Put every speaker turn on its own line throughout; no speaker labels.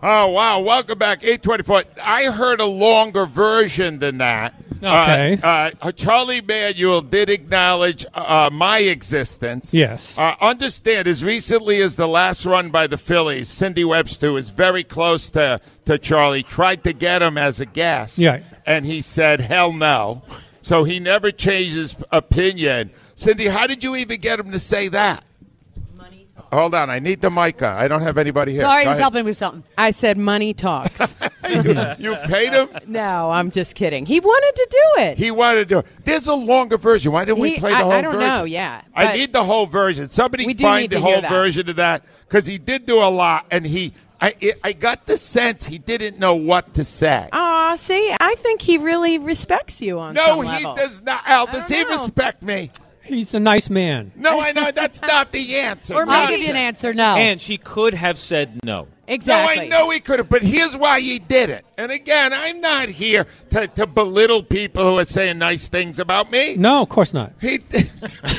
Oh wow! Welcome back. Eight twenty-four. I heard a longer version than that.
Okay.
Uh, uh, Charlie Manuel did acknowledge uh, my existence.
Yes.
Uh, understand, as recently as the last run by the Phillies, Cindy Webster was very close to to Charlie. Tried to get him as a guest.
Yeah.
And he said, "Hell no." So he never changed his opinion. Cindy, how did you even get him to say that? Hold on, I need the mic. on. I don't have anybody here.
Sorry,
Go
just
ahead.
helping with something. I said money talks.
You paid him.
no, I'm just kidding. He wanted to do it.
He wanted to. There's a longer version. Why didn't we
He-
play the
I-
whole
I don't
version?
know, yeah,
I
but-
need the whole version. Somebody
We do
find
need
the
to hear
whole
that.
version of that because he did do a lot, and he. I, it, I got the sense he didn't know what to say.
Aw, see, I think he really respects you Oh, on
no,
some
he
level.
does not. Al,
I
does
don't
he
know.
respect me?
He's a nice man.
No, I know that's not the answer.
Or
Johnson.
maybe an answer no.
And she could have said no.
exactly.
No, I know he could have, but here's why he did it. And again, I'm not here to, to belittle people who are saying nice things about me.
No, of course not.
He,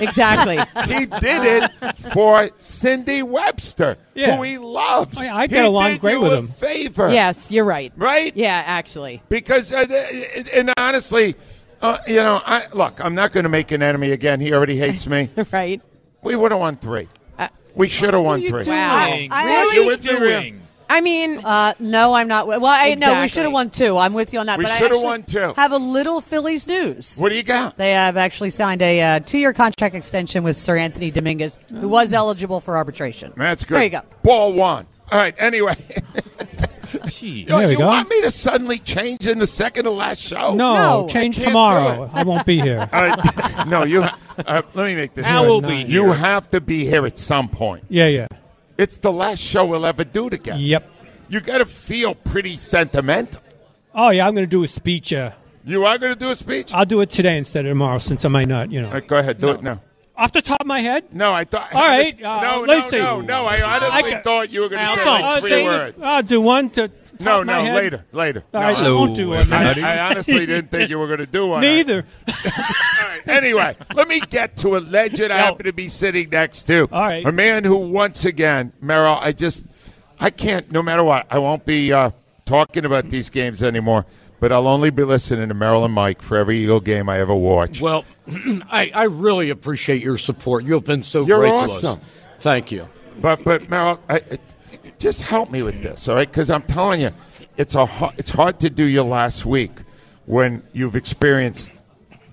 Exactly.
he did it for Cindy Webster,
Yeah.
who he loves.
I- I
He
get along
did
great
you
with
a
him.
Favor,
yes, you're right.
right?
Yeah, actually.
Because uh, th- and honestly, uh, you know, I look. I'm not going to make an enemy again. He already hates me.
Right.
we would have won three.
Uh,
we should have won three.
Wow.
Doing.
I
What are
really-
you doing?
I mean,
Uh, no, I'm not. Well, I no,
Exactly.
we should have won two. I'm with you on that.
We
but I
should have
actually
won two.
Have a little Phillies news.
What do you got?
They have actually signed a uh, two-year contract extension with Sir Anthony Dominguez,
Oh.
who was eligible for arbitration.
That's good.
There you go.
Ball one. All right. Anyway,
Gee.
you,
There we
you
go.
want me to suddenly change in the second to last show?
No,
No,
change
I can't do
tomorrow.
it.
I won't be here.
All right. no, you. Uh, let me make this.
Al
clear.
will be
You
here.
have to be here at some point.
Yeah, yeah.
It's the last show we'll ever do together.
Yep.
You got to feel pretty sentimental.
Oh, yeah, I'm going to do a speech. Uh,
You are going to do a speech?
I'll do it today instead of tomorrow since I might not, you know.
All right, go ahead, do it now.
Off the top of my head?
No, I thought.
All right, uh,
no, no,
let's see.
no, no. I honestly
ca-
thought you were going
Al,
to say
don't.
like
I'll
three
say-
words.
I'll do one to. top
No,
of my
no,
head. Uh,
later, later.
All
No,
right, I
I-
won't do it.
I, I honestly didn't think you were going to do one.
Neither.
Anyway, let me get to a legend I
No.
happen to be sitting next to.
All right.
A man who, once again, Merrill, I just, I can't, no matter what, I won't be uh, talking about these games anymore, but I'll only be listening to Merrill and Mike for every Eagle game I ever watch.
Well, I, I really appreciate your support. You have been so
You're
great
awesome.
to us. Thank you.
But, but Merrill, I, it, just help me with this, all right? Because I'm telling you, it's, a, har- it's hard to do your last week when you've experienced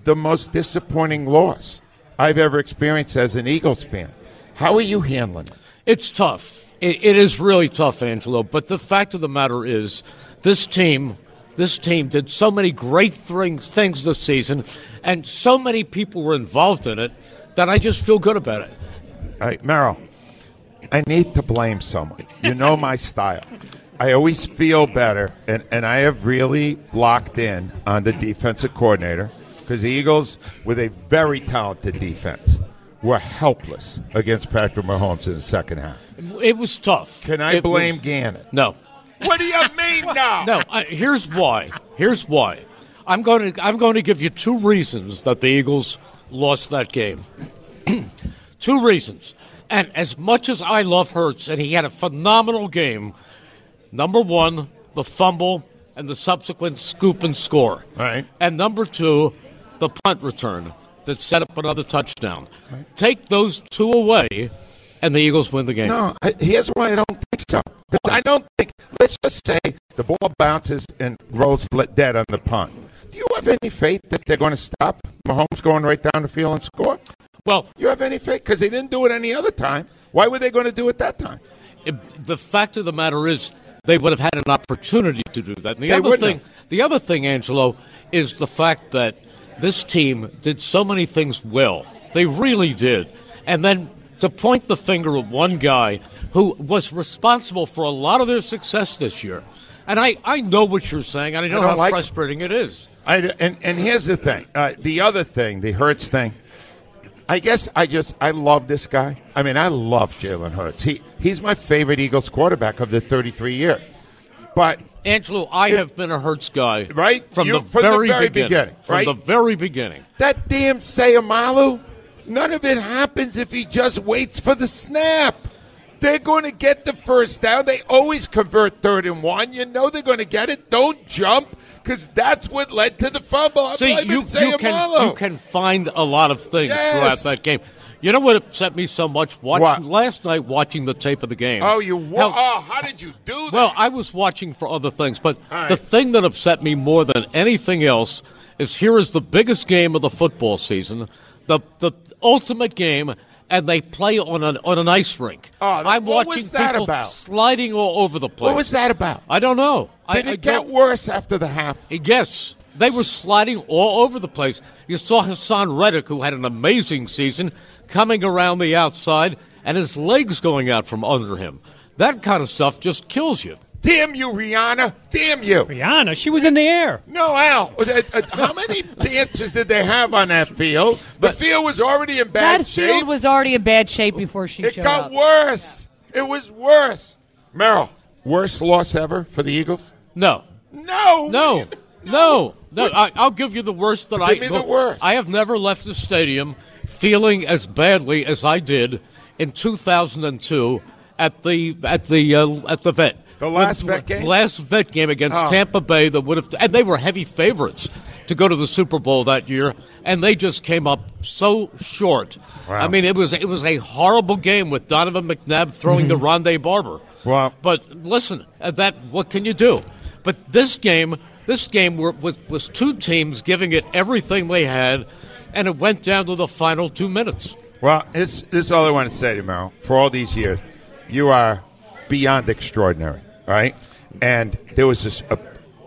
the most disappointing loss I've ever experienced as an Eagles fan. How are you handling it?
It's tough. It, it is really tough, Angelo. But the fact of the matter is, this team, this team did so many great things things this season, and so many people were involved in it that I just feel good about it.
All right, Merrill, I need to blame someone. You know my style. I always feel better, and, and I have really locked in on the defensive coordinator because the Eagles, with a very talented defense, were helpless against Patrick Mahomes in the second half.
It was tough.
Can I
It was-
blame Gannon?
No.
What do you mean now?
No, I, here's why. Here's why. I'm going to I'm going to give you two reasons that the Eagles lost that game. two reasons. And as much as I love Hurts and he had a phenomenal game, number 1, the fumble and the subsequent scoop and score.
Right.
And number 2, the punt return that set up another touchdown. Take those two away and the Eagles win the game.
No, I, here's why I don't think so. 'Cause I don't think. Let's just say the ball bounces and rolls le- dead on the punt. Do you have any faith that they're going to stop Mahomes going right down the field and score?
Well,
You have any faith? Because they didn't do it any other time. Why were they going to do it that time?
It- the fact of the matter is they would have had an opportunity to do that. And the
They
other
wouldn't
thing,
have.
the other thing, Angelo, is the fact that this team did so many things well. They really did, and then to point the finger at one guy who was responsible for a lot of their success this year. And I, I know what you're saying, and I know
don't
how
like it.
frustrating it is.
I, and, and here's the thing. Uh, the other thing, the Hurts thing. I guess I just I love this guy. I mean, I love Jalen Hurts. He he's my favorite Eagles quarterback of the 33 years. But
Angelo, I
If-
have been a Hurts guy,
Right?
from,
You-
the,
from the
very
very
beginning,
beginning, right?
From the very beginning.
that damn Sayamalu, none of it happens if he just waits for the snap. They're going to get the first down. They always convert third and one. You know they're going to get it. Don't jump because that's what led to the fumble. I'm
See,
blaming
you, you
Sayamalu.
can you can find a lot of things
Yes.
throughout that game. You know what upset me so much? Watching
What?
last night, watching the tape of the game.
Oh, you wa-
Hell,
oh, how did you do that?
Well, I was watching for other things, but
All right.
the thing that upset me more than anything else is here is the biggest game of the football season, the the ultimate game, and they play on an on an ice rink.
Oh, that-
I'm
what
watching
was that
people
about?
sliding all over the place.
What was that about?
I don't know. I,
Did
I
it get
don't-
worse after the half?
Yes, they were sliding all over the place. You saw Hassan Reddick, who had an amazing season, coming around the outside and his legs going out from under him. That kind of stuff just kills you.
Damn you, Rihanna. Damn you.
Rihanna, she was in the air.
No, Al. Uh, uh, How many dances did they have on that field? The field was already in bad
That
shape.
field was already in bad shape before she
it
showed
got
up.
worse. It was worse. Merrill, worst loss ever for the Eagles?
No,
No.
no, no, no. I, I'll give you the worst that I.
Give me the worst.
I have never left the stadium feeling as badly as I did in 2002 at the at the uh, at the vet.
The last vet game? Oh.
Last vet game against Tampa Bay that would have, and they were heavy favorites to go to the Super Bowl that year, and they just came up so short. I mean, it was it was a horrible game with Donovan McNabb throwing to
Mm-hmm.
Rondé Barber.
Wow.
But listen, uh, that what can you do? But this game, this game were, was was two teams giving it everything they had, and it went down to the final two minutes.
Well, this, this is all I want to say to you, Merrill. For all these years, you are beyond extraordinary, all right? And there was this a,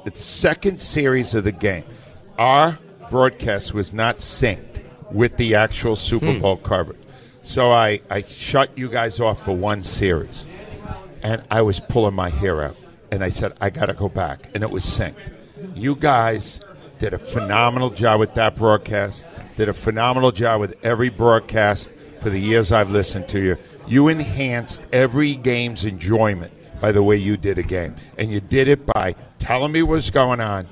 the second series of the game. Our broadcast was not synced with the actual Super Bowl coverage. So I, I shut you guys off for one series. And I was pulling my hair out. And I said, I got to go back. And it was synced. You guys did a phenomenal job with that broadcast, did a phenomenal job with every broadcast for the years I've listened to you. You enhanced every game's enjoyment by the way you did a game. And you did it by telling me what's going on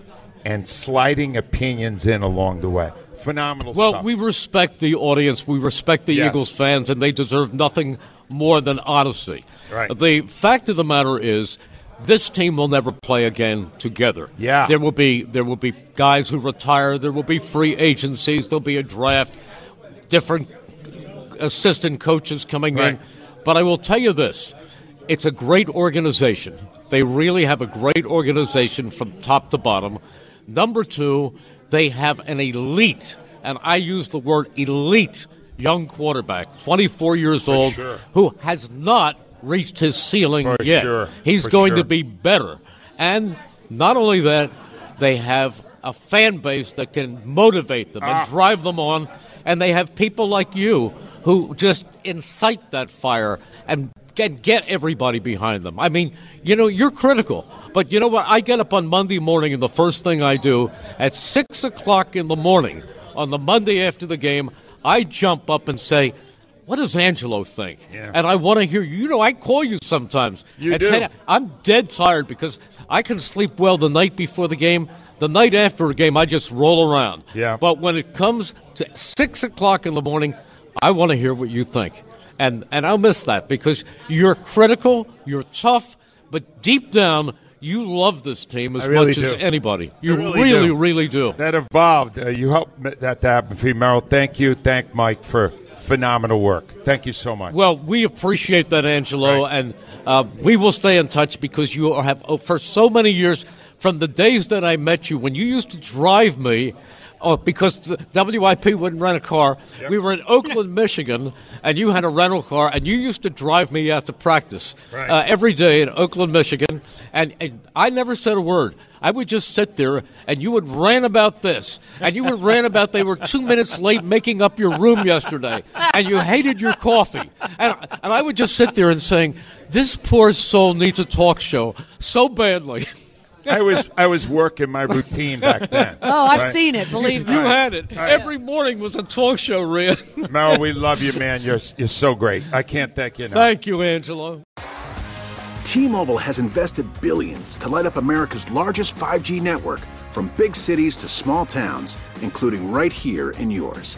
and sliding opinions in along the way. Phenomenal
Well,
stuff.
we respect the audience. We respect the
Yes.
Eagles fans, and they deserve nothing more than honesty.
Right.
The fact of the matter is, this team will never play again together.
Yeah.
There will be there will be guys who retire. There will be free agencies. There'll be a draft. Different assistant coaches coming
Right.
in. But I will tell you this it's a great organization. They really have a great organization from top to bottom. Number two, they have an elite, and I use the word elite, young quarterback, 24 years old,
sure.
who has not reached his ceiling
For
yet.
sure.
He's
For
going
sure.
to be better. And not only that, they have a fan base that can motivate them
Ah.
and drive them on. And they have people like you who just incite that fire and get, get everybody behind them. I mean, you know, you're critical. But you know what? I get up on Monday morning, and the first thing I do at 6 o'clock in the morning on the Monday after the game, I jump up and say, what does Angelo think?
Yeah.
And I want to hear you. You know, I call you sometimes.
You
At
do.
10 I'm dead tired because I can sleep well the night before the game. The night after a game, I just roll around.
Yeah.
But when it comes to six o'clock in the morning, I want to hear what you think, and and I'll miss that because you're critical, you're tough, but deep down you love this team as
I really
much as
do.
anybody. You
I really
really,
do.
really do.
that evolved. Uh, you helped ma- that to happen for you, Merrill. Thank you. Thank Mike for phenomenal work. Thank you so much.
Well, we appreciate that, Angelo,
Right.
and uh, we will stay in touch because you have, oh, for so many years, from the days that I met you, when you used to drive me Oh, because the WIP wouldn't rent a car. We were in Oakland, Michigan, and you had a rental car, and you used to drive me out to practice
Right.
uh, every day in Oakland, Michigan, and, and I never said a word. I would just sit there, and you would rant about this, and you would rant about they were two minutes late making up your room yesterday, and you hated your coffee, and, and I would just sit there and saying, "This poor soul needs a talk show so badly."
I was I was working my routine back then.
Oh, I've
right?
seen it. Believe me.
You had it. Every morning was a talk show, Rhea.
Mel, we love you, man. You're you're so great. I can't thank you enough.
Thank you, Angelo.
T-Mobile has invested billions to light up America's largest 5G network from big cities to small towns, including right here in yours.